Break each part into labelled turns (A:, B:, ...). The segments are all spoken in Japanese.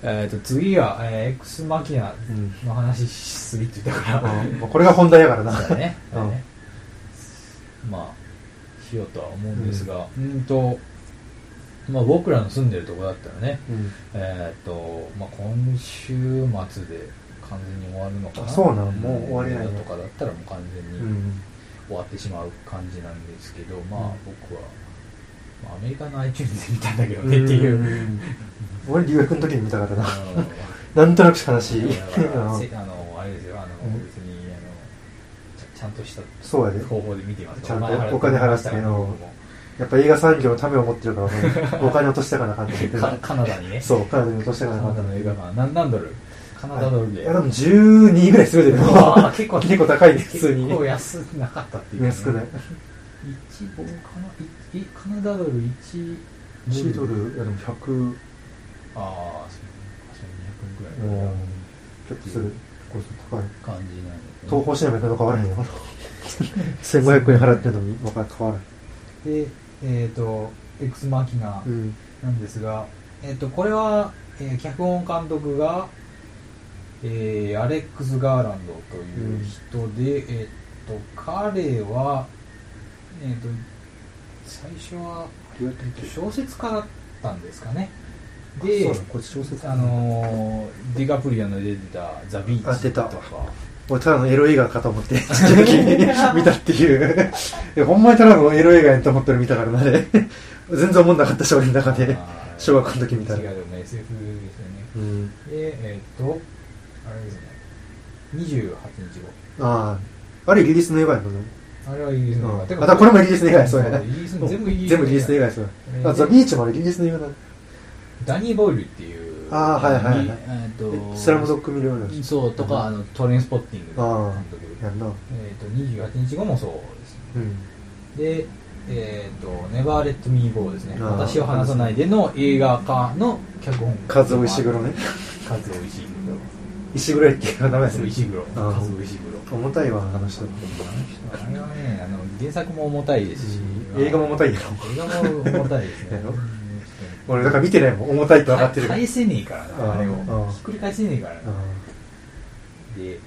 A: えー、と次は、えー、X マキナ
B: うん
A: の話するって言ったから、
B: うんまあこれが本題だからな
A: そうだね
B: う
A: そ
B: ん
A: うだねまあしようとは思うんですがうんとまあ僕らの住んでるとこだったらね
B: うん
A: えっ、とまあ今週末で完全に終わるのかな
B: あそうなのもう終わりなんや
A: 映画とかだったらもう完全
B: う
A: に、
B: ん
A: 終わってしまう感じなんですけど、まあ
B: うん
A: 僕は、まあ、アメリカの iTunes で見たんだけどねっていう。 うん
B: ん俺留学の時に見たからな
A: だ
B: なんとなくしか なしい
A: から
B: うん
A: せあの、あれですよ、あの、
B: うん
A: 別に、あの、ちゃちゃんとした
B: そうやで
A: 方法で見ています。
B: ちゃんと
A: お金払って
B: お金払って
A: も
B: やっぱ映画産業のためを持ってるから ねお金落としたかな感じ
A: 僕もかカナダにね、
B: そうカナダに落とした
A: カ
B: かな
A: ナダ
B: 感
A: の
B: じ
A: 映画館、何何ドルカナダドル
B: い
A: で。
B: やでも12ぐらいするで
A: う
B: も
A: わ結構、
B: 結構高いね普通に
A: 結構安なかったっていう、
B: 安くない。
A: 一五かな、いいカナダドル1
B: 1ドルいやでも100うん
A: ああ、そうか、それ200円くらい
B: 結構する結構高い
A: の感じなんだけど
B: 東宝シネマ行くの変わらへんよ 1500円払ってるのに分か変わらへん
A: で、えっ、と、X マキナ
B: うん
A: なんですが、えっ、と、これは、えー脚本監督が、えーアレックス・ガーランドという人で、えっ、と、彼は、えっ、と、最初は、えーと小説家だったんですかね。で、
B: そうなのこっち小説
A: あのーディカプリオの出てたザ・ビー
B: あ
A: チ
B: 出
A: と
B: た
A: か、
B: 俺ただのエロ映画かと思って、ちっちゃい時見たっていう。 いやほんまにただのエロ映画やと思ってる見たからな、あれ。全然思んなかった、少年の中で。
A: あー
B: 小学校の時みたいな
A: 違うでも SF ですよね
B: うん。
A: でえっ、とあれですね28日後
B: ああ。あれイギリスの映画やもんね。
A: あれはイギリスの
B: うん
A: て
B: あだからこれもイギリスの映画やそうや
A: イギリスの全部イギリス
B: 全部イギリスの映画や、そう
A: えー
B: や。あ、ザ・ビーチもあれイギリスの映画だ。
A: ダニー・ボイルっていう
B: あーはいはいはい
A: にえー、と
B: スラムドッグ見るような。
A: そうとかあのトレインスポッティングの監督
B: やんな。
A: えっ、と28日後もそうですね
B: うん。
A: で、えっ、と、ネバーレットミーゴーですね。
B: あー
A: 私を離さないでの映画化の脚本。
B: カズオ石黒ね。
A: カズオ石黒。
B: 石黒やっけ名前
A: カ
B: す
A: ズオ
B: る。
A: 石黒。
B: あー
A: カズオ石黒。
B: 重たいわ、あの人。
A: あれはね、あの原作も重たいですし、
B: うん映画も重たいやろ。
A: 映画も重たいですね
B: や。ろ俺、だから見てないもん。重たいと分かってるから。
A: 返せねえからな、あれを
B: うん。
A: ひっくり返せねえからな。
B: う。
A: で、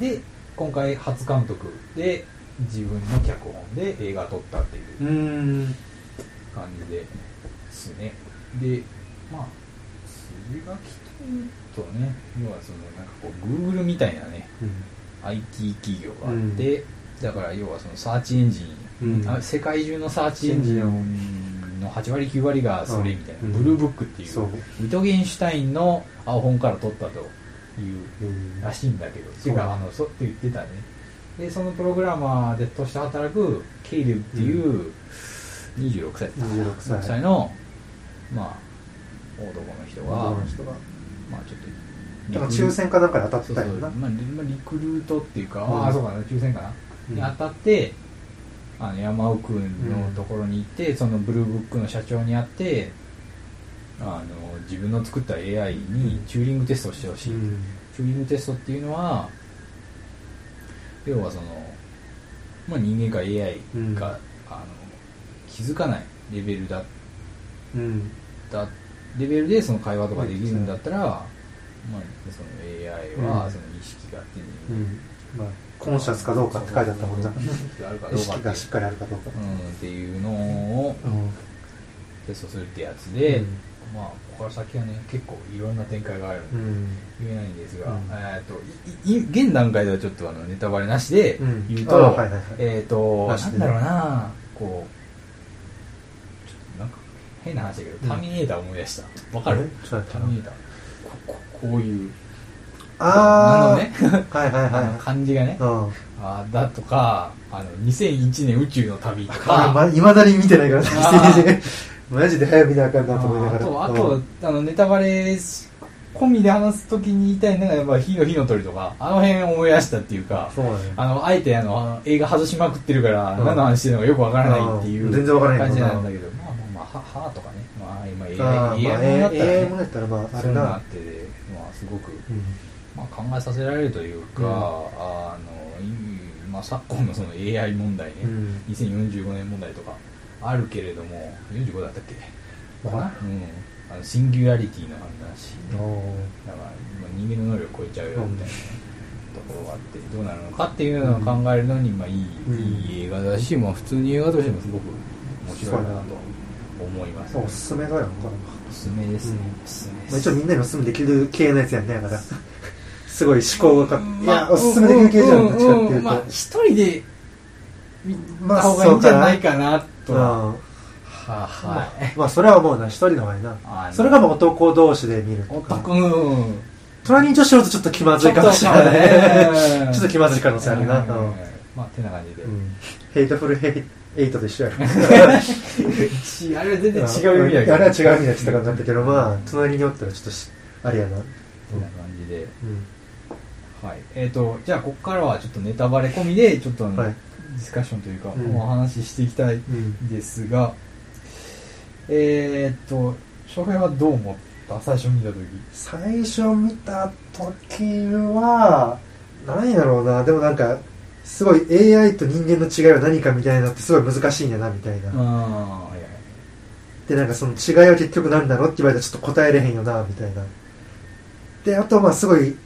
A: で、今回初監督で、自分の脚本で映画撮ったっていうん
B: うん。
A: 感じですね。で、まあ、筋書きというとね、要はその、なんかこう、Google みたいなね、IT 企業があって、だから要はそのサーチエンジン、
B: うん
A: あ世界中のサーチエンジン
B: う
A: の8割9割がそれみたいな、
B: うん
A: ブルーブックっていう
B: そう。
A: ミトゲンシュタインの青本から取ったという
B: うん
A: らしいんだけど、って
B: そう
A: いうか、あの、そうって言ってたね。で、そのプログラマーでとして働く、ケイリュウっていう、26歳だった
B: 26歳
A: 26歳の、まあ、大男の人が、
B: 男の人が
A: まあちょっとリクル、
B: だから抽選かなんかで当たっ
A: そ
B: て
A: うそ
B: た
A: う
B: よな。
A: まあ、リまあリクルートっていうか、
B: うん
A: ああ、そうかな、抽選かな。
B: うん
A: に当たって、あの山尾君のところに行って、そのブルーブックの社長に会って、あの自分の作った AI にチューリングテストをしてほしい、
B: うん
A: チューリングテストっていうのは要はその、まあ、人間か AI
B: うん
A: が、あの気づかないレベルだっ
B: うん。
A: たレベルでその会話とかできるんだったら、まあ、その AI
B: う
A: は
B: ん
A: その意識が手に、
B: うん。まあ、コンシャスかどうかって書いてあったもんな。
A: 意識があるかど
B: 意
A: うかっ
B: 識が
A: て
B: しっかりあるかどうか
A: う。ん、っていうのを
B: うん。
A: テストするってやつで、
B: うん
A: まあここから先はね結構いろんな展開があるんで
B: うん。
A: 言えないんですが、
B: うん
A: えー、といい現段階ではちょっとあのネタバレなしで
B: うん
A: 言う
B: あ
A: と,、
B: はいはいはい
A: えー、と
B: な
A: な
B: し
A: ん
B: で
A: だろうなこうちょっとなんか変な話だけど、
B: ん
A: ターミネーター思い出したわかる
B: ちょっと待って
A: ターミネーターこここういう
B: あ
A: あ
B: ー。
A: のね
B: はいはい
A: あの
B: は
A: 感じがね、
B: い。うん。
A: あーだとかあの2001年宇宙の旅とか
B: あいまだに見てないから
A: あー、
B: マジで早く見なあかんなと思いながら。
A: あと
B: う
A: あ
B: ん
A: とあのネタバレ込みで話すときに言いたいのがやっぱ火の火の鳥とかあの辺思い出したっていうか
B: そうなんや
A: あのあえてあのあの映画外しまくってるから
B: うん
A: 何の話してるのかよくわからないっていう
B: うん全然わからない
A: 感じなんだけどまあまあまあははとかねまあ今
B: あーまあ、え
A: AI
B: え
A: も
B: も
A: の
B: の
A: だ
B: や
A: っ
B: ったら、ま
A: たら
B: あ、あ
A: そう
B: れ
A: いうのがあ
B: な
A: っ。てでまあすごく
B: うん
A: まあ考えさせられるというか
B: うん
A: あのいまあ昨今のその AI 問題ね
B: うん
A: 2045年問題とかあるけれども45だったっけ
B: わからん
A: うん、あのシンギュラリティの話
B: お
A: だからまあ人間の能力を超えちゃうよみたいなところがあってどうなるのかっていうのを考えるのに、まあ、いい
B: うん
A: いい映画だし、まあ、普通に映画としてもすごく面白いなと思います、
B: ーおすすめだよなかなか
A: おすすめですね、
B: うん
A: おすすめです、
B: まあ、一応みんなにおすすめできる系のやつやんねだからすごい思考がかい
A: ま
B: や
A: あ
B: おすすめできる系じゃんどっちかって
A: ん
B: い
A: ん
B: うんと
A: まあ一人で見
B: まあ
A: た方がいいんじゃないかな
B: う
A: と
B: ん
A: は、
B: ま
A: は
B: あ
A: はい
B: まあそれは思うな一人の方がいい
A: あ
B: な
A: の
B: それがもう男同士で見るとか
A: 男うん
B: 隣に女子おるとちょっと気まずいかもしれない
A: ちょっとね
B: ちょっと気まずい可能性ある
A: うん
B: なうん
A: まあてな感じで、
B: うんヘイトフルヘイエイトと一緒やろ
A: ちあれは全然違う意味だけど
B: あれは違う意味だって言ったからなったけどまあ隣におったらちょっとしあれやなうん
A: てな感じではいえー、とじゃあここからはちょっとネタバレ込みでちょっとあの、
B: はい
A: ディスカッションというか、
B: うん
A: お話ししていきたい
B: うん
A: ですがえっ、と翔平はどう思った最初見た時
B: 最初見た時は何やろうなでもなんかすごい AI と人間の違いは何かみたいなってすごい難しいんやなみたいな、
A: ああいや
B: でなんかその違いは結局何だろうって言われたらちょっと答えれへんよなみたいなであとまあすごい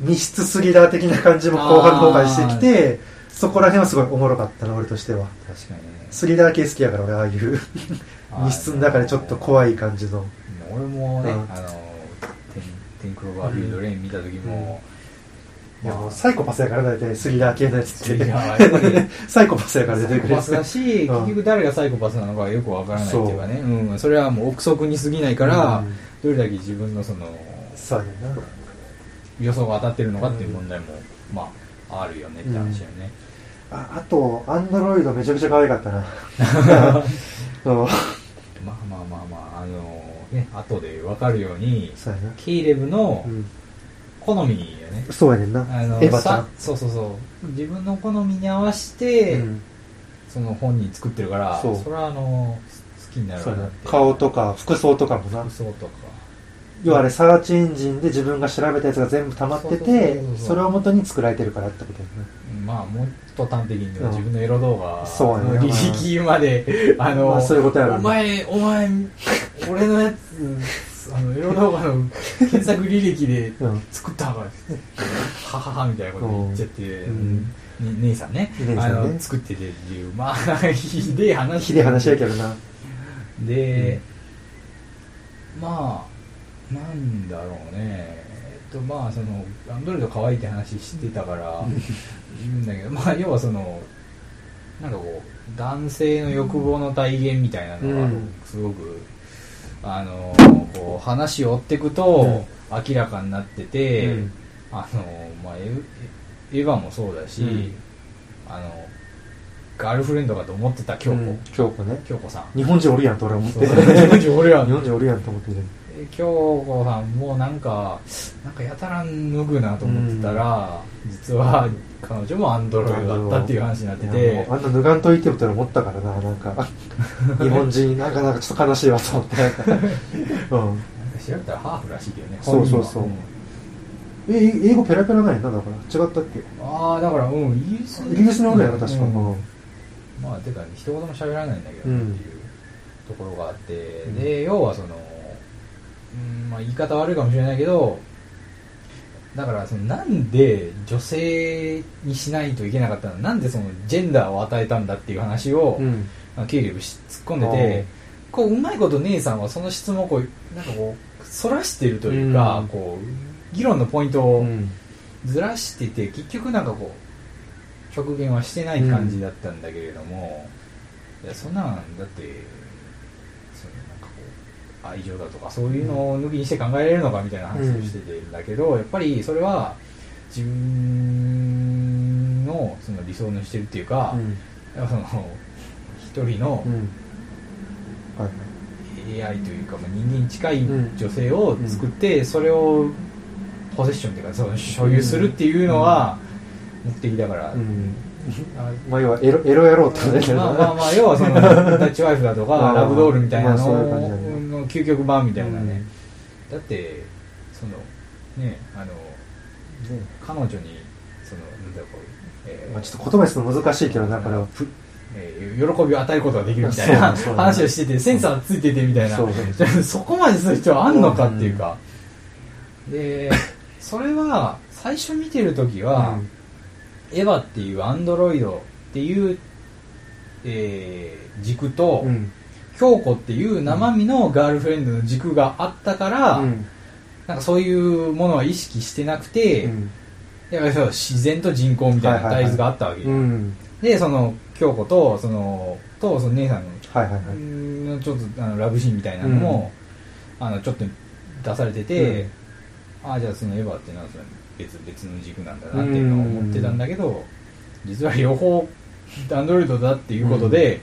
B: 密室すぎだ的な感じも後半崩壊してきてそこら辺はすごいおもろかったな俺としては
A: 確かにね
B: スリラー系好きやから俺ああいう密室の中でちょっと怖い感じの
A: 俺もね、
B: うん
A: あのテンテンクローバーフィールドレイン見た時も、
B: いやもうサイコパスやから大体スリラー系のやつっ
A: い
B: て
A: ややっぱり
B: サイコパスやから出
A: サ
B: て
A: イ
B: く
A: コ
B: るや
A: パ
B: つ
A: スだし、
B: うん
A: 結局誰がサイコパスなのかよくわからないっていうかね、うん、それはもう憶測に過ぎないから、
B: うん
A: どれだけ自分のその
B: そうやな
A: 予想が当たってるのかっていう問題も、まああるよねって話だよね、
B: ああとアンドロイドめちゃくちゃ可愛かった な
A: まあまあ
B: そう
A: まあまああのね後でわかるように
B: そうやな、
A: ケイレブの
B: うん
A: 好みやね、
B: そうやねんな
A: あの
B: エヴァちゃ
A: さ
B: ん
A: そうそうそう自分の好みに合わせて、その本人作ってるから
B: そ
A: そうれはあの好きになる
B: そう
A: わ
B: や
A: なっ
B: な
A: て
B: 顔とか服装とかもな
A: 嘘とか
B: 要はあれサーチエンジンで自分が調べたやつが全部溜まって
A: そうそう
B: て
A: そうそう
B: それを元に作られてるからってことや
A: まあもっと端的に言うと
B: うん
A: 自分のエロ動画
B: そうや
A: の
B: ね
A: 履歴まであ
B: な、ま
A: の
B: あ、そういうことやろ
A: お
B: な
A: 前お前俺のや つあのエロ動画の検索履歴で
B: うん
A: 作ったからはははみたいなこと言っちゃって、
B: うん
A: ね姉さんね
B: 姉さ
A: あ
B: んね
A: の作っててっていうまあひでえ話
B: ひでえ話やけどな
A: で、まあなんだろうねえっとまあそのアンドロイド可愛いって話してたから言うんだけどまあ要はそのなんかこう男性の欲望の体現みたいなの
B: う
A: が
B: ん
A: すごく、あのこう話を追っていくと明らかになってて、
B: うん
A: あのまあエヴエヴァもそうだし、
B: うん
A: あのガールフレンドかと思ってた京子、
B: うん京子ね
A: 京子さん
B: 日本人おるやんと 俺は思って日
A: 当時俺ら
B: 本人おるやんと思ってる
A: 京子さんもなんかなんかやたら脱ぐなと思ってたら、実は彼女もアンドロイドだったっていう話になって
B: いや
A: て
B: もうあんな脱がんといてもって思ったからななんか日 本人なんかなんかちょっと悲しいわと思ってなんかうん
A: 調べたらハーフらしいけどね
B: そうそうそう
A: 本人は
B: え英語ペラペラないなんだから違ったっけ
A: うんああだからうんイギリス
B: イギリスの方だよな確か、
A: う
B: うんん
A: まあてか一言も喋らないんだけどっていうところがあって、で要はその、うんまあ、言い方悪いかもしれないけどだからそのなんで女性にしないといけなかったのなんでそのジェンダーを与えたんだっていう話を、
B: うん
A: まあ、ケイリブし突っ込んでてこううまいこと姉さんはその質問をこうなんかこうそらしてるというか、
B: うん
A: こう議論のポイントを、
B: うん
A: ずらしてて結局なんかこう極限はしてない感じだったんだけれども、いやそんなんだってそのなんかこう愛情だとかそういうのを抜きにして考えられるのかみたいな話をしててんだけど、やっぱりそれは自分のその理想のしてるっていうか、
B: うん
A: やっぱその一人の
B: うんはい
A: AI というか、まあ、人間に近い
B: うん
A: 女性を作って、それをポセッションというかその所有するっていうのは目的だから、
B: うん
A: あ
B: まあ要はエロエロやろうってことだよね
A: まあまあまあ要は そのダッチワイフだと
B: ま
A: か
B: あ
A: ラブドールみたいな
B: まあ
A: の
B: そういう
A: を
B: 感じだね
A: の究極版みたいなね、だってそのねあの
B: うんね
A: 彼女にそのなんだろうこう、えー
B: まあちょっと言葉にするの難しいけどだから
A: えー喜びを与えることができるみたいな
B: そうそう
A: 話をしてて、センサーついててみたいな
B: そ、う
A: そこまでする必要あんのかっていうか、で、それは最初見てるときは、エヴァっていうアンドロイドっていう、えー軸と、
B: うん
A: 京子っていう生身のガールフレンドの軸があったから、
B: うん
A: なんかそういうものは意識してなくて、
B: うん
A: やっぱりそう自然と人口みたいな
B: はいはいはい
A: 対立があったわけ、
B: うん
A: でその京子とそのとその姉さんの
B: はいはいはいう
A: ーんちょっとあのラブシーンみたいなのも、あのちょっと出されてて、
B: うん
A: ああじゃあそのエヴァってなんか別別の軸なんだなっていうのを思ってたんだけど、実は両方アンドロイドだっていうことで、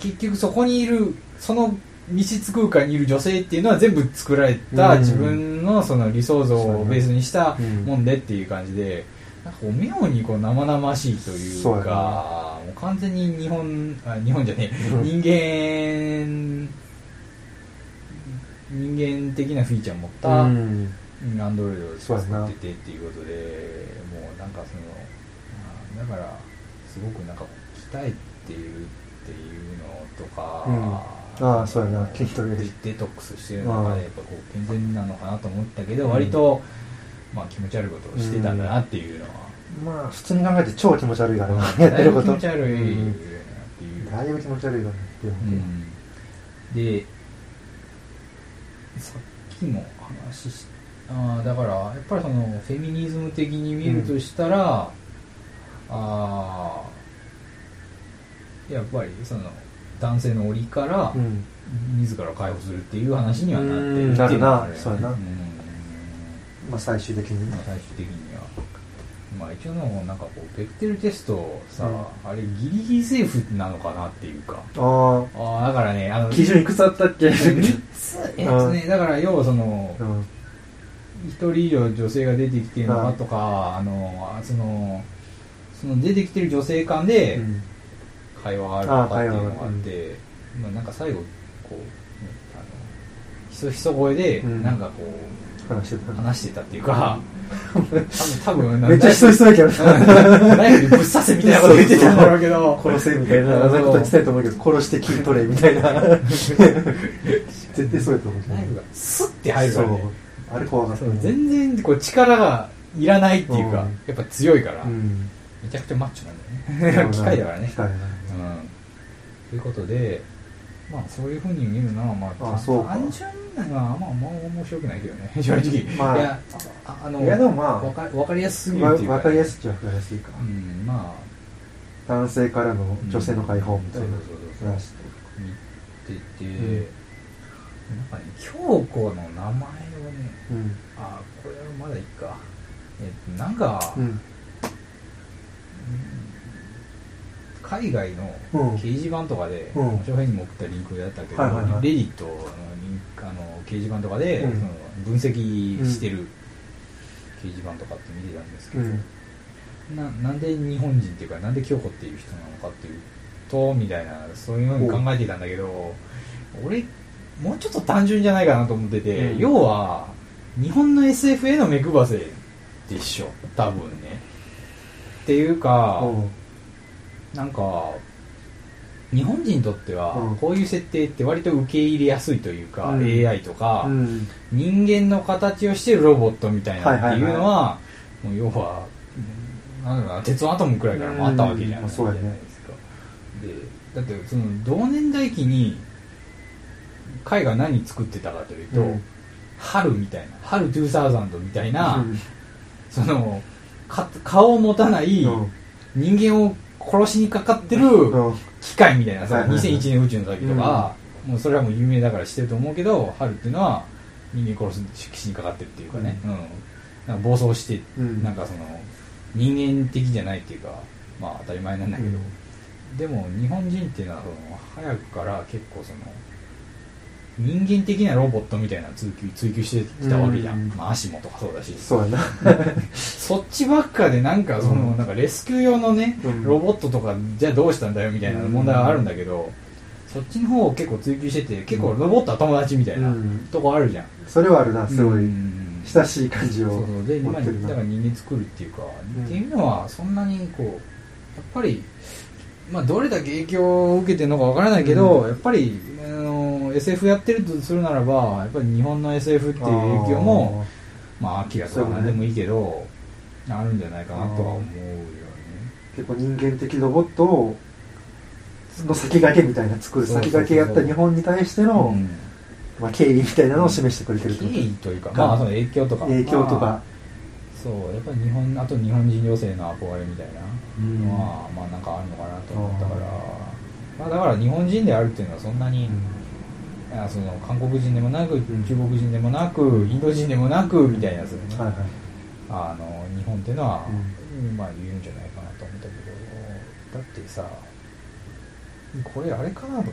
A: 結局そこにいるその密室空間にいる女性っていうのは全部作られた
B: うん
A: 自分のその理想像をベースにした
B: うん
A: もんでっていう感じでなんかこう妙にこう生々しいという
B: そうやな
A: かもう完全に日本あ日本じゃねえ
B: うん
A: 人 間人間的なフィーチャーを持った
B: う
A: ア
B: ん
A: ンドロイドを
B: そうやな
A: 作っててっていうことでもうなんかそのあーだからすごくなんか鍛えているっていうのとか、
B: うんあーそうやな筋トレ
A: デトックスしてる中
B: うん
A: でやっぱこう健全なのかなと思ったけど割と、まあ、気持ち悪いことをしてたんだなっていうのは、
B: まあ普通に考えて超気持ち悪いからねやっ
A: だ
B: て
A: い
B: る
A: ぶ
B: こ
A: 気
B: と
A: 持ち悪いなっていう。
B: うんだいぶ気持ち悪いからねっていうので
A: でさっきも話しあーだからやっぱりそのフェミニズム的に見るとしたら、あーやっぱりその男性の檻から
B: うん
A: 自ら解放するっていう話にはなって
B: う
A: る
B: ん
A: っていうのが
B: なるな
A: あれ
B: そうやな
A: うん
B: まあ最終的に
A: まあ最終的には。まあ、一応のなんかこうベクテルテストさ、あれギリギリセーフなのかなっていうか
B: あ
A: ああだからねあの
B: あ基準いくつあった っけ
A: 3つえっとねだから要はその
B: うん
A: 一人以上女性が出てきてるの
B: は
A: か
B: い
A: とかあのあそのその出てきてる女性間で
B: うん
A: 会話があるとかっていうのがあってまあなんか最後こうねあのひそひそ声で
B: うん
A: なんかこう
B: 話してた
A: 話してたっていうか多 分多分
B: めっちゃ人しそうやけど
A: ナイフでぶっ刺せみたいなこと言ってたんだろうけど
B: 殺せみたいな、あんなことしたいと思うけど、殺して筋トレみたいな。絶対そうやと思うけど
A: ナイフがスッて入るからね
B: そう。あれ怖かっ
A: そ
B: たね。
A: う全然こう力がいらないっていうか、
B: うん
A: やっぱ強いから、
B: うん。
A: めちゃくちゃマッチョなんだよ ね 機械だからね
B: 機、械だから
A: う
B: ね。
A: ん、ということでまあそういうふうに見るのはまあ
B: あそうか
A: 単純なのはまあまあ面白くないけどね 正直、
B: まあ
A: いやああの
B: いやでもまあ
A: わかわかりやすすぎる
B: わ
A: っていうか、
B: わかりやすいっちゃわかりやすいか
A: う。んま
B: 男性からの
A: あ
B: 女性の解放みたいな
A: そうそうそう
B: 話
A: そう見てて、
B: うん
A: なんかね京子の名前をね
B: うん。
A: あこれはまだいいかえっとなんか、
B: うん。
A: 海外の
B: うん
A: 掲示板とかで、
B: うん
A: 小編にも送ったリンクであったけど、
B: はいはいはい
A: レディットのリンクあの掲示板とかで、
B: うん
A: その分析してる掲示板とかって見てたんですけ
B: う
A: ど、
B: ん。
A: ななんで日本人っていうかなんで京子っていう人なのかっていうとみたいなそういうのに考えてたんだけど俺もうちょっと単純じゃないかなと思ってて、
B: うん
A: 要は日本の SF への目配せでしょ多分ねっていうか、
B: うん
A: なんか日本人にとっては
B: うん
A: こういう設定って割と受け入れやすいというか、
B: うん
A: AI とか、
B: うん。
A: 人間の形をしてるロボットみたいなっていうのは,、もう要はなんだろうな鉄腕アトムくらいからもあったわけじゃ
B: う
A: なんい
B: そうやね
A: じゃないですかでだってその同年代期に海が何作ってたかというと、
B: うん
A: 春みたいな春2000みたいな、
B: うん
A: そのか顔を持たない、
B: うん
A: 人間を殺しにかかってる
B: うん
A: 機械みたいな
B: は
A: さ
B: いはいはい
A: 2001年宇宙の旅とか、もうそれはもう有名だからしてると思うけど春っていうのは人間殺ししにかかってるっていうかね、うんなんか暴走して、
B: うん
A: なんかその人間的じゃないっていうかまあ当たり前なんだけど、でも日本人っていうのはその早くから結構その人間的なロボットみたいな追求追求してきたわけじゃん、
B: うん
A: まあ、足もとかそうだし
B: そうやな。
A: そっちばっかでなんかその、
B: うん
A: なんかレスキュー用のね、
B: うん
A: ロボットとかじゃあどうしたんだよみたいな問題はあるんだけど、そっちの方を結構追求してて結構ロボットは友達みたいな
B: うん
A: とこあるじゃん、
B: それはあるな、すごい
A: うん。うん
B: 親しい感じを
A: そうそうで
B: 持
A: 今
B: ってる
A: にだから
B: な。
A: 人間作るっていうか、
B: うん
A: っていうのはそんなにこうやっぱりまあ、どれだけ影響を受けてるのかわからないけど、
B: うん
A: やっぱりあの SF やってるとするならばやっぱり日本の SF っていう影響もまあアキラとか何でもいいけどあるんじゃないかなとは思うよね
B: 結構人間的ロボットをの先駆けみたいな作る
A: そうそうそ
B: 先
A: う
B: 駆けやった日本に対しての、
A: うん
B: まあ、敬意みたいなのを示してくれてるって
A: 経
B: こ
A: 緯というか、まあ、その影響と
B: と
A: か
B: 影響と
A: まあ
B: か、
A: そうやっぱり日本あと日本人女性の憧れみたいな
B: うん
A: のは、まあなんかあるのかなと思ったから、まあ、だから日本人であるっていうのはそんなに、いやその韓国人でもなく中
B: ん
A: 国人でもなくインド人でもなくみたいなやつでね、
B: はいはい
A: あの日本っていうのは、まあ言うんじゃないかなと思ったけどだってさこれあれかなと思って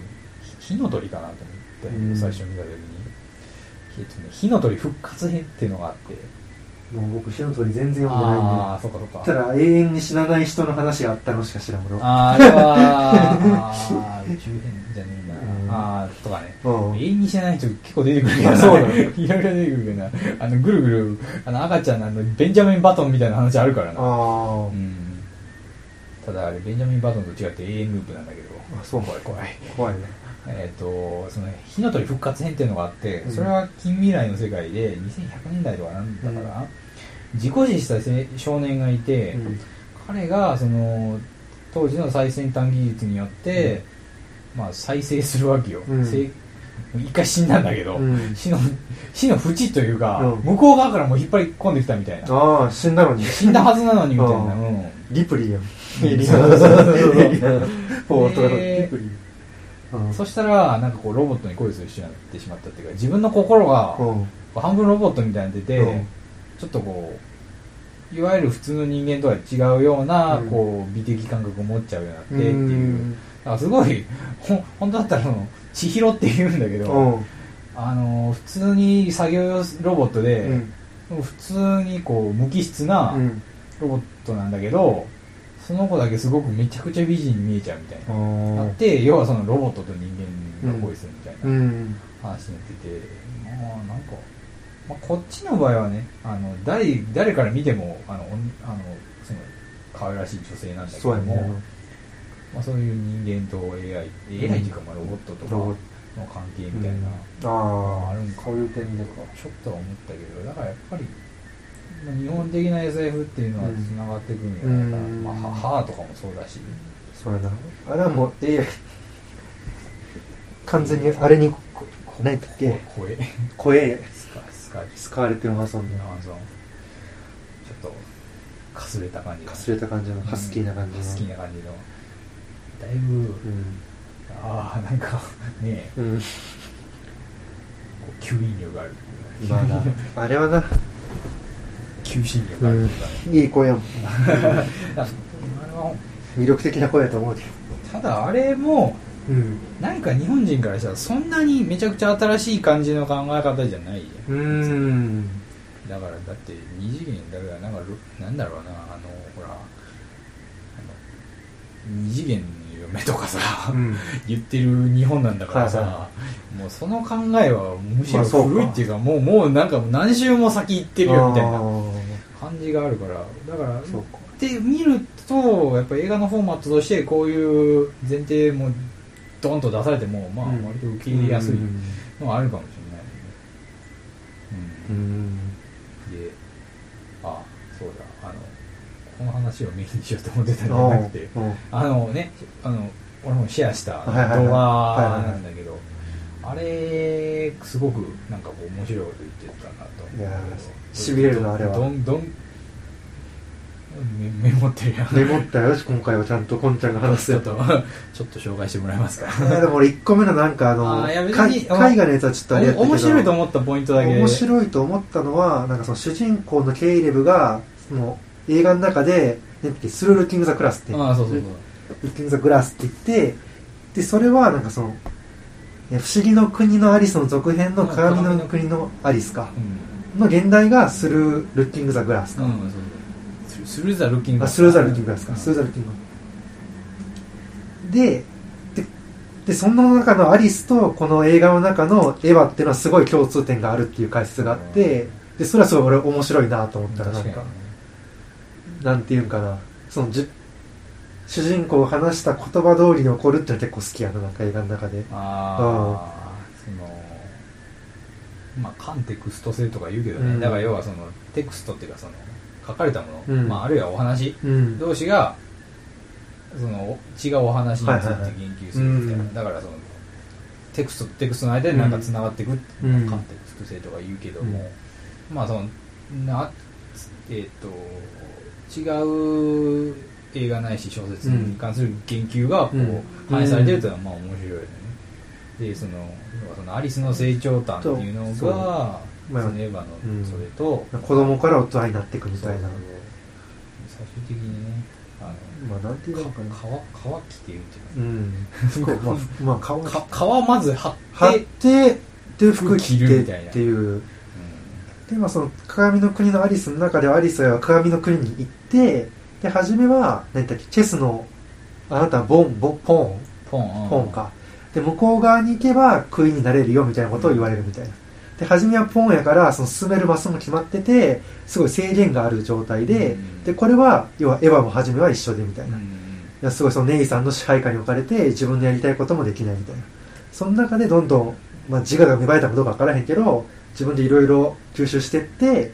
A: 火の鳥かなと思って、
B: うん
A: 最初見た時に、えっとね、火の鳥復活編っていうのがあって
B: もう僕火の鳥全然読んでないんで
A: ああーそっかそっか
B: たら永遠に死なない人の話があったのしか知らん俺
A: あ
B: は
A: ーあれはあー宇宙編じゃねえ
B: うん
A: んだな、あーとかね
B: うん
A: 永遠に知らない人結構出てくるけど
B: あ
A: な
B: そうな
A: い
B: の
A: ろいろ出てくるけどなあのぐるぐるあの赤ちゃんのあのベンジャミン・バトンみたいな話あるからな、
B: あ
A: うん、ただあれベンジャミン・バトンと違って永遠ループなんだけど
B: あそう
A: 怖い怖い
B: あ怖いね
A: えっ、とその火の鳥復活編っていうのがあって、
B: うん
A: それは近未来の世界で2100年代とかなんだから、自己死したせ少年がいて、
B: うん
A: 彼がその当時の最先端技術によって、まあ、再生するわけよ、
B: うん
A: せ一回死んだんだけど、
B: うん
A: 死の死の淵というか、
B: うん
A: 向こう側からもう引っ張り込んできたみたいな
B: ああ死んだのに
A: 死んだはずなのにみたいな、
B: う
A: うん
B: リプリーやん
A: エリアンそう
B: エリアン4とかの
A: えー
B: リプリーうん
A: そしたらなんかこうロボットに恋する人になってしまったっていうか自分の心が
B: うんうん
A: 半分ロボットみたいに出て、
B: うん
A: ちょっとこういわゆる普通の人間とは違うような、
B: うん
A: こう美的感覚を持っちゃうようになってって
B: う
A: いう。
B: ん
A: あすごいほ本当だったらあの千尋って言うんだけど、
B: うん
A: あの普通に作業用ロボットで、
B: うん
A: 普通にこう無機質な
B: うん
A: ロボットなんだけど、その子だけすごくめちゃくちゃ美人に見えちゃうみたいな、
B: あ
A: な
B: あ
A: って要はそのロボットと人間が恋するみたいな
B: うん
A: 話になってて、まあなんか、まあ、こっちの場合はねあの誰誰から見てもあのおんあのその可愛らしい女性なんだけ
B: そ
A: ど
B: うや
A: も、
B: ね
A: まあ、そういう人間と AI、AI っていうかまあロボットとか
B: ロボッ
A: の
B: ト
A: 関係みたいな、
B: ああ
A: あるんか
B: そういう点でか
A: ちょっとは思ったけど、だからやっぱり、まあ日本的な SF っていうのはつながってくるんじゃないかな、
B: うん
A: まあ、は母とかもそうだし、
B: そうやなあれはもう AI 完全にあれにこ何だっけ
A: こ声、
B: 声
A: スカ、スカ、ス
B: 使われてるなそん
A: カ、
B: な
A: アマゾン、ちょっと、かすれた感じの
B: かすれた感じのハスキーな感じ
A: ハ
B: の
A: スキーな感じの、だいぶ、ああ、なんかね、
B: うん うん
A: こう吸引力がある、
B: まあなあれはな
A: 求心力があるというかね、
B: いい声やもん
A: だからあれは
B: 魅力的な声やと思うけど
A: ただあれも
B: うん
A: 何か日本人からしたらそんなにめちゃくちゃ新しい感じの考え方じゃないじ
B: うーん
A: ゃんだからだって二次元だからなんかろなんだろうなあのほらあの二次元の夢とかさ、
B: うん
A: 言ってる日本なんだからさ、
B: はいは
A: もうその考えはむし
B: まあ
A: ろ
B: そうか
A: 古いっていうか,、もうもうなんか何周も先行ってるよみたい
B: あ
A: な
B: ー
A: 感じがあるからだから
B: そうか
A: で見るとやっぱ映画のフォーマットとしてこういう前提もドンと出されてもまあ
B: うん
A: 割と受け入れやすい
B: うん
A: のはあるかもしれない
B: うん
A: ね、
B: ん
A: うんであそうだあのこの話をメインにしようと思ってたんじゃなくて
B: うんうん
A: あのねあの俺もシェアした動
B: いはいはい
A: 画なんだけどあれすごくなんかこう面白いこと言ってたなと
B: いやー痺れるなあれは
A: どんどんメメモってるやん
B: メモったよし今回はちゃんとこんちゃんが話す
A: ちょ
B: よ
A: っ
B: と
A: と、ちょっと紹介してもらえますか。
B: いやでも俺1個目のなんかあの
A: あーいや別
B: か
A: に
B: 絵画のやつはちょっとあれやったけど
A: 面白いと思ったポイントだけ
B: 面白いと思ったのはなんかその主人公のケイレブがその映画の中でなんだっけスルールキング・ザ・クラスって
A: ああ、そうそう
B: ルキング・ザ・グラスって言ってでそれはなんかそのえ不思議の国のアリスの続編の鏡の国のアリスか
A: そう。
B: の現代がスルー・ルッキング・ザ・グラスか、
A: うん、うん、そうそう。スルーザ・ルッキング
B: あスルーザルキングですか、スルーザルキングでででその中のアリスとこの映画の中のエヴァっていうのはすごい共通点があるっていう解説があってでそれはすごい俺面白いなと思ったらなん
A: 確
B: か
A: か
B: なんていうんかなそのじ主人公を話した言葉通りに起こるってのは結構好きやななんか映画の中で
A: ああそのまあカンテクスト性とか言うけどね、
B: うん
A: だから要はそのテクストっていうかその書かれたもの、
B: うん
A: まあ、あるいはお話
B: うん
A: 同士がその違うお話につ
B: はいはいはい
A: いて言及するみたいな、
B: うん
A: だからそのテクストとテクストの間でなんかつながっていくっていううんカンテクスト性とか言うけども、まあそのなえっ、と違う映画ないし小説に関する言及がこう、
B: うん
A: 反映されてるというのはまあ面白いよね、でその要はそのアリスの成長譚っていうのが
B: そ
A: そ
B: うまあ
A: のエヴァ
B: うん
A: のそれと、
B: 子供から大人になっていくみたい
A: そ
B: な
A: うそう最終的にねあの
B: まあなんていうのかな
A: か皮皮着てるって
B: う
A: い
B: ん服をまあ、まあ、顔
A: う
B: を
A: かか皮まず貼っ
B: 貼っててで
A: 服
B: 服着
A: 着る
B: て
A: みたいな
B: っていうでまあその鏡の国のアリスの中ではアリスは鏡の国に行ってで初めは何だっけチェスのあなたはボンボンポーン
A: ポン、うん
B: ポーンかで向こう側に行けばクイーンになれるよみたいなことを言われるみたいなで初めはポーンやからその進めるマスも決まっててすごい制限がある状態で、
A: うん
B: でこれは要はエヴァも初めは一緒でみたいな、
A: う
B: い
A: ん
B: やすごいそのネイさんの支配下に置かれて自分のやりたいこともできないみたいなその中でどんどん、まあ、自我が芽生えたかどうかわからへんけど自分でいろいろ吸収してってで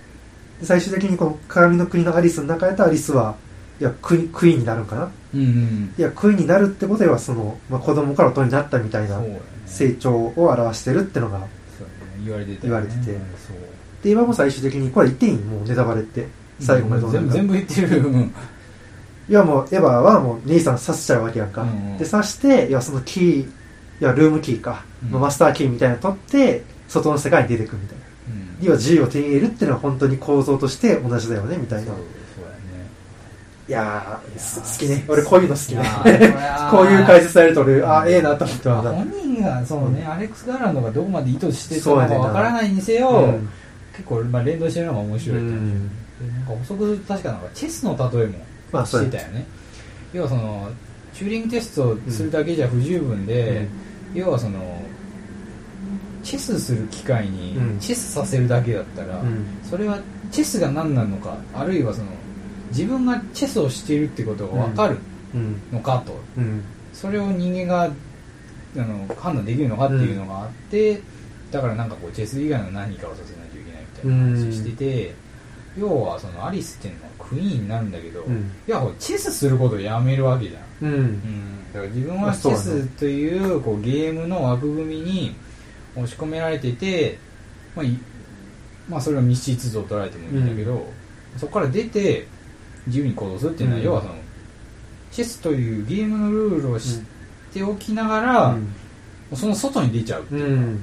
B: 最終的にこの鏡の国のアリスの中やったらアリスはいやクイクイーンになるんかな
A: うんうん
B: いやクイーンになるってことは要はその、まあ、子供から大人になったみたい
A: そ
B: な
A: うやね
B: 成長を表してるってのが
A: そうやね言われてた
B: 言わ
A: よ
B: れ
A: ね
B: てて
A: うんそう
B: で今も最終的にこれ言っていいもうネタバレって最後までどうな
A: 全部
B: るか
A: 全部言ってるうん
B: いやもうエヴァはもう兄さん刺しちゃうわけやんか、
A: うんうん
B: で刺していやそのキーいやルームキーか、
A: うん
B: まあマスターキーみたいなの取って外の世界に出てくみたいな
A: うん
B: 要は自由を手に入れるっていうのは本当に構造として同じだよねみたい
A: そ
B: な
A: うそうやね
B: いやー
A: いや
B: す
A: ー
B: 好きね俺こういうの好き
A: いや
B: ね
A: ーそりゃー
B: こういう解説されると俺あーええなと思って
A: ま
B: ま
A: あ
B: だ
A: 本人がそのね、アレックス・ガーランドがどこまで意図してた
B: そう
A: の
B: や
A: か
B: ねんな
A: わからないにせよ、
B: うん
A: 結構、まあ、連動してるのが面白いと思う、
B: うん
A: でなんか補足確かなんかチェスの例えも
B: まあそう
A: し
B: や
A: てたよね要はそのチューリングテストをするだけじゃ不十分
B: う
A: で
B: ん、
A: 要はそのチェスする機会に
B: うん
A: チェスさせるだけだったら、
B: うん
A: それはチェスが何なのかあるいはその自分がチェスをしているってことが分かる
B: うん
A: のかと、
B: うん
A: それを人間があの判断できるのかっていうのがあって、だからなんかこうチェス以外の何かをさせないといけないみたいな話してて、要はそのアリスっていうのはクイーンになるんだけど、
B: うん
A: いやこうチェスすることをやめるわけじゃん、
B: うん
A: だから自分はチェスというこうゲームの枠組みに押し込められてて、まあいまあ、それは密室像を捉えてもいいんだけど、そこから出て自由に行動するっていうのは、
B: うん
A: 要はそのチェスというゲームのルールを知っておきながら、もうその外に出ちゃうって
B: うん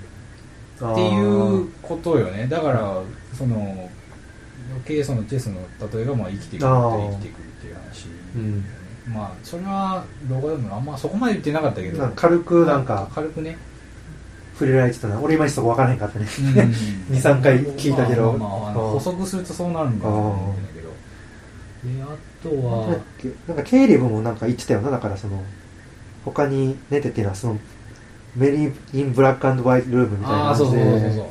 B: っ
A: いうことよねだからその余計そのチェスの例えがまあ生きてくる
B: あ
A: って
B: ー
A: 生きてくるっていう話。
B: うん
A: まあそれは動画でもあんまそこまで言ってなかったけど
B: なんか軽くなんか
A: 軽くね、
B: 触れられてたな俺いまいちそこ分からへんかったね
A: うん
B: 2 3回聞いたけど
A: まあまあまああの
B: うん
A: 補足するとそうなるんだと思うんだけどであと
B: なんだっ
A: は
B: け なんかケイレブもなんか言ってたよなだからその他に寝てっていうのはそのメリー・イン・ブラック・アンド・ワイト・ルームみたいな
A: ああー
B: 感
A: そうそ
B: じ
A: うそう
B: で
A: そ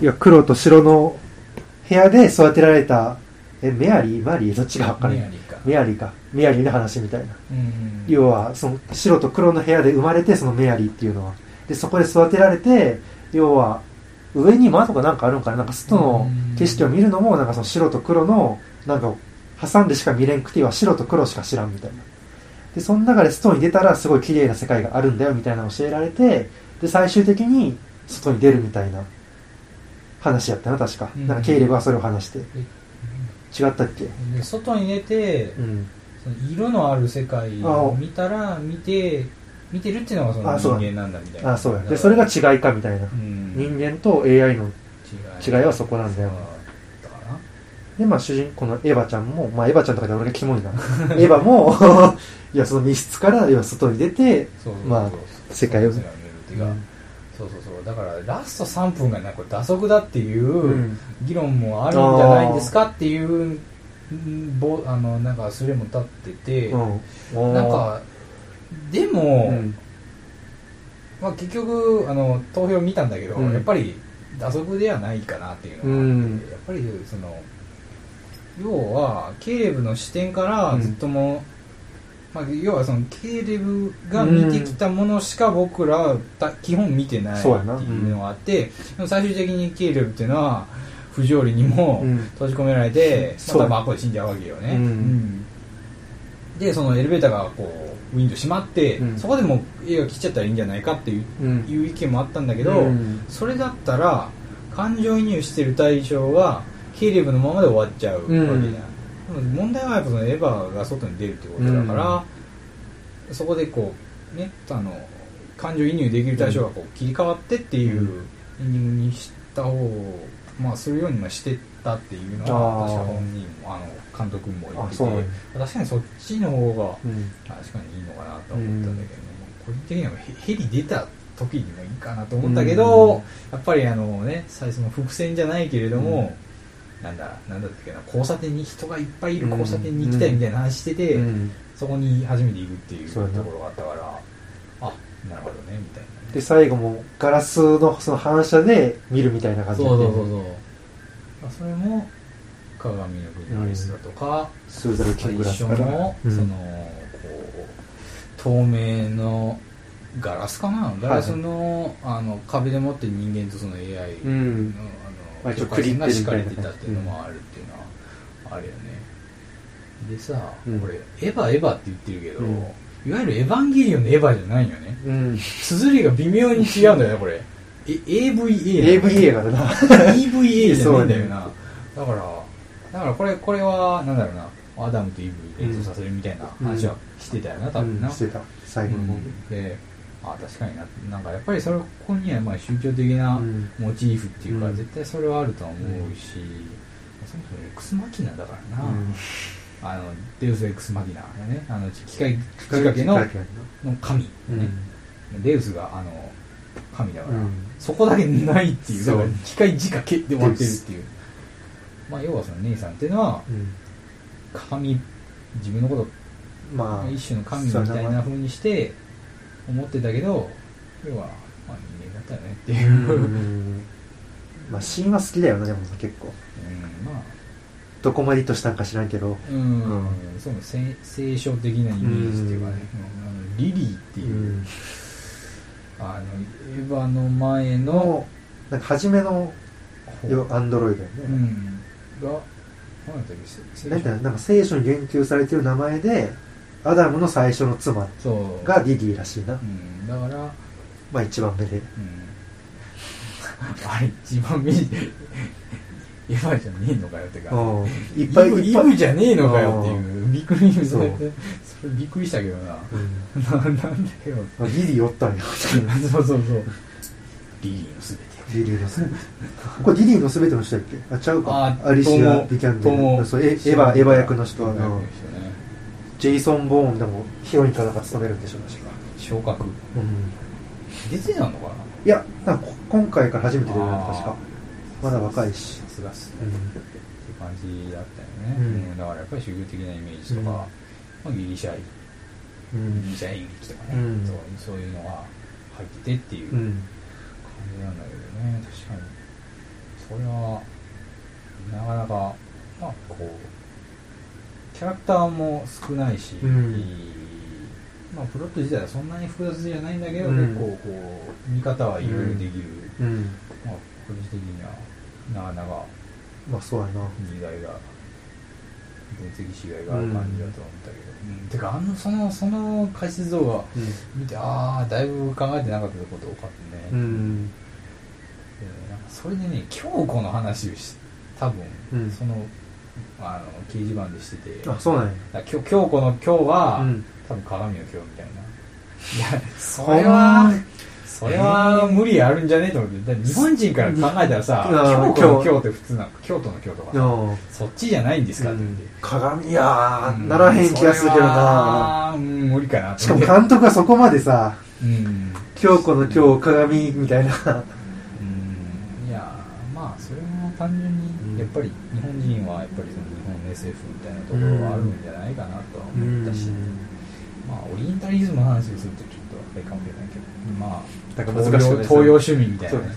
A: う
B: いや黒と白の部屋で育てられたえメアリーマリーどっちが分からへ
A: メア
B: ん
A: リーか
B: メアリーかメアリーの話みたいな
A: うん
B: 要はその白と黒の部屋で生まれてそのメアリーっていうのはでそこで育てられて要は上に窓がなんかあるんかななんか外の景色を見るのもなんかその白と黒のなんか挟んでしか見れんくては白と黒しか知らんみたいなでその中で外に出たらすごい綺麗な世界があるんだよみたいなのを教えられてで最終的に外に出るみたいな話やったな確か
A: うん
B: なんかケイレブはそれを話して違ったっけ
A: で外に出て
B: うん
A: その色のある世界を見たら見て見てるっていうのが
B: あ
A: そ
B: そう
A: の
B: だ
A: 人間なんだみたいな
B: あそうやでそれが
A: 違
B: 違いかみたいな
A: うん
B: 人間と AI の違いはそこなんだよ
A: だから
B: で、まあ、主人公のエヴァちゃんも、まあ、エヴァちゃんとかで俺がキモいな。 エヴァも、 いや、その密室から、いや、外に出て、
A: そうそうそうそう
B: まあ世界を
A: そうそうそうそうそうそうだからラスト3分がなんか打足だっていう議論もあるんじゃないんですかっていううんぼあのなんかスレも立ってて、
B: うん
A: なん、かでも、
B: うん
A: まあ、結局あの投票見たんだけど、
B: うん
A: やっぱり打足ではないかなっていうのがあって、
B: うん
A: やっぱりその要はケーレブの視点からずっとも、まあ、要はそのケーレブが見てきたものしか僕らはた基本見てないって
B: そうやな
A: いうのがあって、でも最終的にケーレブっていうのは不条理にも
B: うん
A: 閉じ込められて、
B: そう
A: まあ、多分あっこで死んじゃうわけよね、
B: うん
A: うんでそのエレベーターがこうウィンドウ閉まって、
B: うん
A: そこでもう家が切っちゃったらいいんじゃないかっていう
B: うん
A: いう意見もあったんだけ
B: け
A: ど、それだったら感情移入してる対象はケイレブのままで終わっちゃうわけじゃない、でも問題はやっぱそのエヴァが外に出るってことだから、そこでこうねあの感情移入できる対象がこう切り替わってっていううエンディングにした方をまあするようにまあしてったっていうのは
B: あー
A: 確か本人もあの監督も言っ
B: あ
A: て
B: そうなんや
A: て確かにそっちの方が
B: うん
A: 確かにいいのかなと思ったんだけど、個人的にはヘヘリ出た時にもいいかなと思ったけど、
B: うん
A: やっぱりあのね最初の伏線じゃないけれども、なんだなんだったっけな交差点に人がいっぱいいる交差点に行きたいみたいな話してて、
B: うん
A: そこに初めて行くっていう
B: そうやな
A: ところがあったからあなるほどねみたいなね
B: で最後もガラスのその反射で見るみたいな感じ
A: そうそうそう
B: う
A: そう、まあ、それも鏡の国のリスだとか、
B: スーザルキング
A: 最
B: ラス
A: 初
B: から
A: の、
B: うん
A: そのこう透明のガラスかなガラスの,、あの壁でもって人間とその AI の,、
B: う
A: あ
B: んま
A: の
B: あ一応
A: 境界線が敷か
B: クリ
A: れ
B: ップ
A: て
B: みたいな
A: たっていうのもあるっていうのはあるよねでさ、
B: うん
A: これエヴァエヴァって言ってるけど、
B: うん
A: いわゆるエヴァンゲリオンのエヴァじゃないよね
B: うん
A: 綴りが微妙に違うんだよねこれえ AVA なの
B: AVA がだな
A: EVA じゃないんだよな、だからだからこれこれはなんだろうなアダムとイブを連想させるみたいな話はしてたよな、多分な、
B: うんしてた最後の方
A: うんであ確かにななんかやっぱりそれここにはまあ宗教的な
B: うん
A: モチーフっていうか、
B: うん
A: 絶対それはあるとは思うし、そもそもエクスマキナだからな、あのデウスエクスマキナだねあの機械仕掛けの
B: きっか
A: の神、
B: け
A: ねデウスがあの神だか
B: う
A: ら、
B: ん
A: そこだけないっていう
B: そう
A: だから機械仕掛けで終わってるっていうまあ要はその姉さんっていうのは
B: うん
A: 神自分のこと
B: まあ
A: 一種の神みたいな風にして思ってたけど要はまあ人間だったよねっていうう、うん
B: んまあシーンは好きだよなでも結構
A: まあ
B: どこまで意図したんか知らんけど
A: うん、
B: う
A: その聖聖書的なイメージっていうかね、うんあのリリーっていう、あのエヴァの前の、
B: のなんか初めのよアンドロイドよ
A: う
B: ね
A: んが何だったっけ聖
B: なん
A: 聖書
B: かなんか聖書に言及されてる名前でアダムの最初の妻
A: そう
B: がディディらしいな
A: うん、だから
B: まあ一番目で
A: うんあれ一番見エヴァじゃねえのかよって
B: う
A: か
B: んいっぱい
A: イブ
B: い
A: イ
B: っぱい
A: ブじゃねえのかよっていうびっくりそ
B: そう
A: れそれびっくりしたけ どな
B: うん
A: ななんだよ
B: あディディおったんや
A: そうそうそうリリーのすべて
B: ディディのすべてこれディディのすべての人だっけあちゃうか
A: あ
B: アリシ
A: ト
B: ア・
A: モ
B: ビキャン
A: トモ
B: デそうエエヴァエヴァ役の人は
A: エヴァ
B: あ
A: 役の
B: の
A: 人ね
B: ジェイソン・ボーンでもヒロインかなんか務めるんでしょう確か、
A: 昇格
B: うん、
A: 出てたのかない
B: やなんかこ今回から初めて出るな
A: あー
B: 確かまだ若いし
A: さすがっすね、
B: う
A: って感じだったよね、
B: うん
A: うんだからやっぱり宗教的なイメージとか、
B: うん
A: まあ、ギリシャ
B: んう
A: ギリ
B: ん
A: シャ演劇とかね、
B: うん
A: そうそういうのが入っててっていう
B: う
A: 感
B: ん
A: じなんだけどね、確かにそれはなかなかまあこうキャラクターも少ないし、
B: うん
A: まあ、プロット自体はそんなに複雑じゃないんだけど、
B: うん
A: 結構こう見方はいろいろできる、
B: うん
A: まあ、個人的にはなかなか
B: まあそうやな
A: 時代が分析しがいがある感じだと思ったけど、うんてかあのそのその解説動画見てああだいぶ考えてなかったこと多かったね、
B: う
A: で
B: ん
A: なんかそれでね京子の話をし多分、
B: うん
A: そのあの掲示板でしててだ
B: あ
A: か
B: そうなんや
A: ら京京子の京は、
B: うん
A: 多分鏡の京みたいないやそれはそれは無理あるんじゃねえと思ってだって日本人から考えたらさ
B: うん
A: 京子の京って普通なんか京都の京とか
B: そん
A: さ
B: な
A: そっちじゃないんですかって言って、
B: 鏡いやーならへん気がするけどな
A: それはうん無理かな
B: しかも監督はそこまでさ
A: うん
B: 京子の今日鏡みたい
A: う
B: な
A: んいやまあそれも単純にやっぱり日本人はやっぱりその日本の SF みたいなところはあるんじゃないかなとは思ったし、まあオリエンタリズムの話をするとちょっとあれかもしれないけどまあ
B: なんか
A: 東
B: 難しい
A: 洋東洋趣味みたいな、
B: そう
A: うん
B: ね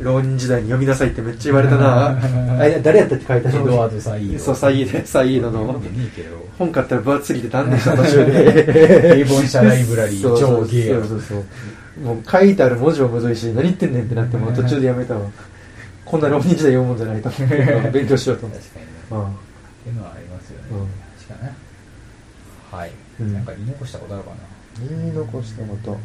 B: 浪人時代に読みなさいってめっちゃ言われたな あいや誰やったって書いた
A: エ
B: の
A: ドワード・サイード
B: そうサイードサイードの
A: 読んでねえけど
B: 本買ったら分厚すぎて断念した途中 で
A: 平凡社ライブラリー
B: そうそう
A: 上下
B: そうそうそうもう書いてある文字もむずいし何言ってんねんってなって もう途中でやめたわこんな浪人時代読むもんじゃない と思って勉強しようと思って
A: 確かにね
B: うん
A: っていうのはありますよね、
B: うん
A: 確かねはい、
B: うん
A: なんか言い残したことあるかな、
B: 言い残したこと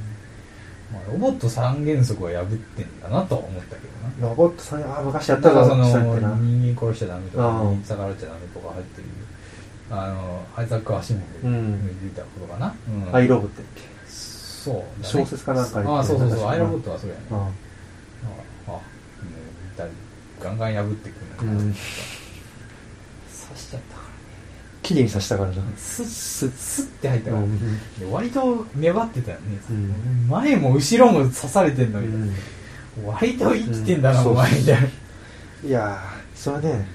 A: まあ、ロボット三原則は破ってんだなとは思ったけどな
B: ロボットさんあ昔や
A: だ
B: っ
A: か
B: た
A: ら
B: か
A: その
B: したっけな
A: 人間殺しちゃダメとか
B: うん
A: 人間逆らっちゃダメとか入ってるあのアイザック・アシモフ
B: うん
A: 出たことかな、うん
B: アイロボットやっけ
A: そうだね、
B: 小説かなんか
A: ああそうそうそう
B: 確か
A: アイロボットはそれやね
B: う
A: あ
B: ん
A: あもうだいガンガン破ってくるのかな、
B: うん
A: 刺しちゃったから
B: 綺麗に刺したからな
A: ねスッスッスッって入った
B: う
A: から、
B: ん
A: で割と粘ってたよね、
B: うん
A: 前も後ろも刺されてん
B: う
A: のに、
B: ん
A: 割と生きてんだな、
B: うん
A: お前みたいない
B: やーそれはね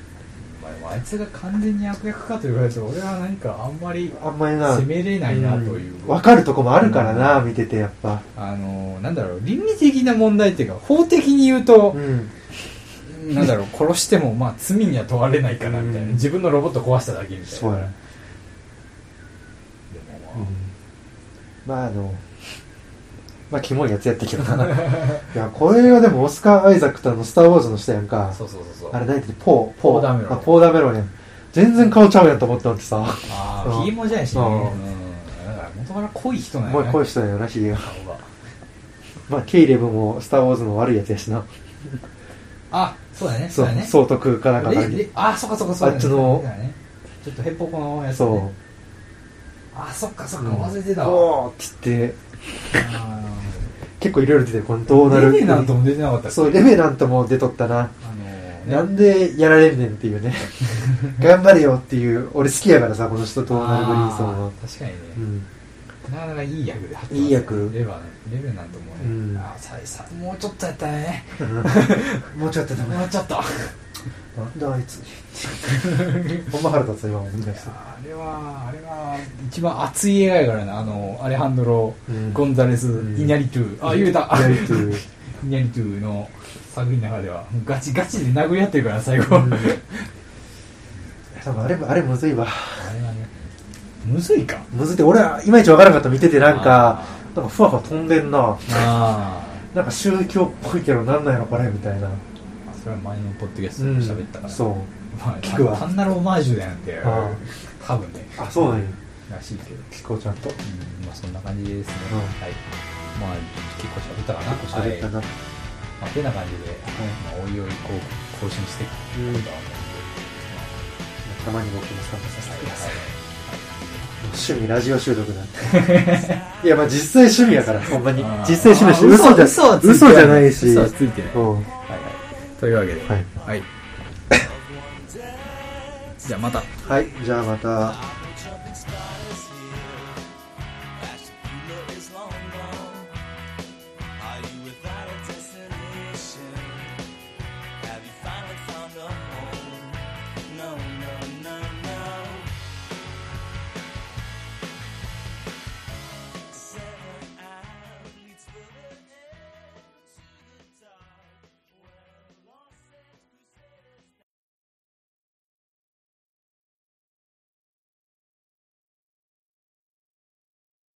A: お前もあいつが完全に悪役かと言われて俺は何かあんまり
B: あんまりな
A: 責めれないなという、
B: うんわかるとこもあるからな見ててやっぱ
A: あのなんだろう倫理的な問題っていうか法的に言うと
B: う、ん
A: なんだろう殺してもまあ罪には問われないかなみたいな、
B: うん
A: 自分のロボット壊しただけみたいな
B: そうやな
A: でも
B: う
A: まあ
B: んまああのまあキモいやつやったけど ないやこれはでもオスカー・アイザックとあの「スター・ウォーズ」の人やんか
A: そうそうそうそう
B: あれ何やってポー
A: ポーダメロン
B: あポーダメロンやん全然顔ちゃうやんと思ったのってさ
A: あ
B: う
A: あ
B: ん
A: ひげもじゃないしね、
B: う
A: うんん、だから元から濃い人なん
B: も
A: や
B: う
A: ね
B: こういう人だよなヒゲが
A: 顔が
B: まあケイレブも「スター・ウォーズ」も悪いやつやしな
A: あそうだねそ
B: そ
A: う
B: う
A: だね
B: 総督かなんか
A: レ
B: が
A: レあそっかそっかそうだね
B: あっちの
A: そうだねちょっとヘッポコのやつ、ね、
B: そう
A: あそっかそっか
B: うん
A: 忘れてたわ、
B: おーって言って
A: あ
B: 結構いろいろ出てるこのどうな
A: ー
B: る
A: レベナントも出てなかったっけ
B: そうレベナントも出とったな
A: あのーね
B: なんでやられんねんってい うね頑張れよっていう俺好きやからさこの人とナルブリンソンは
A: あー確かにね、
B: うん
A: なかなかいい役で入ってますね
B: いい役
A: レバーレベナントもね、
B: うん
A: あーさいさもうちょっとやったね
B: もうちょっとダメ
A: もうちょっといや
B: なんだあいつほんま腹立つ今思い出した
A: ーあれはあれは一番熱い映画やからなあのアレハンドロ・
B: うん
A: ゴンザレス・
B: うん
A: イニャリトゥあ言えた
B: やるっていう
A: イニャリトゥの作品の中ではもうガチガチで殴り合ってるから最後、
B: うん
A: あれ
B: 多分あれあれむずいわ
A: はねむずいか
B: むずいって俺はいまいちわからなかった見ててなんか
A: あ
B: なんかふわふわ飛んでんな
A: ーあ
B: なんか宗教っぽいけどなんなんやろこれみたいな
A: ーそれは前のポッドキャス
B: う
A: トで喋
B: ん
A: ったから、
B: そう
A: まあ、
B: 聞くわ
A: 単なるオマージュだなんて
B: あ
A: 多分ね
B: あそうなんや
A: らしいけど
B: 聞こうちゃんと
A: うんまあそんな感じですね、
B: うん
A: はいまあ結構喋ったかな
B: 結構喋ったな
A: はいまあ、てな感じで、まあ、おいおいこう更新していくことは思
B: たまに僕も参加させ
A: う
B: て
A: ん
B: く
A: で、
B: だ
A: は
B: さ
A: い
B: い趣味ラジオ収録なんて いやまあ実際趣味やからほんまに
A: あー
B: 実際趣味だ
A: あ
B: し
A: ー
B: 嘘じゃ
A: 嘘はついて
B: 嘘じゃないし
A: 嘘はついてない
B: うん
A: はいはいというわけで
B: はい
A: はい、じゃあまた
B: はいじゃあまた